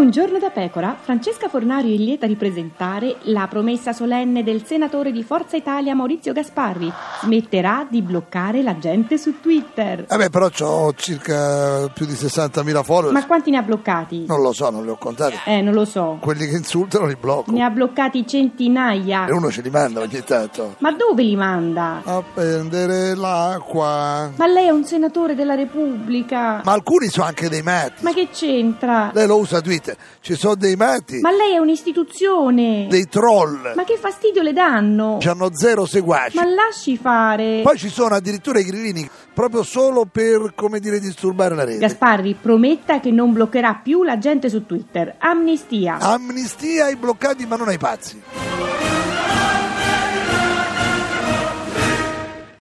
un giorno da pecora, Francesca Fornario è lieta di presentare la promessa solenne del senatore di Forza Italia Maurizio Gasparri. Smetterà di bloccare la gente su Twitter. Vabbè, però ho circa più di 60.000 follower. Ma quanti ne ha bloccati? Non lo so, non li ho contati. Eh, non lo so. Quelli che insultano li blocco. Ne ha bloccati centinaia. E uno ce li manda ogni tanto. Ma dove li manda? A prendere l'acqua. Ma lei è un senatore della Repubblica. Ma alcuni sono anche dei matti. Ma che c'entra? Lei lo usa Twitter. Ci sono dei matti, Ma lei è un'istituzione. dei troll. Ma che fastidio le danno? Ci hanno zero seguaci. Ma lasci fare. Poi ci sono addirittura i grillini, proprio solo per, come dire, disturbare la rete. Gasparri prometta che non bloccherà Ah, più la gente su Twitter. Amnistia. Amnistia ai bloccati ma non ai pazzi.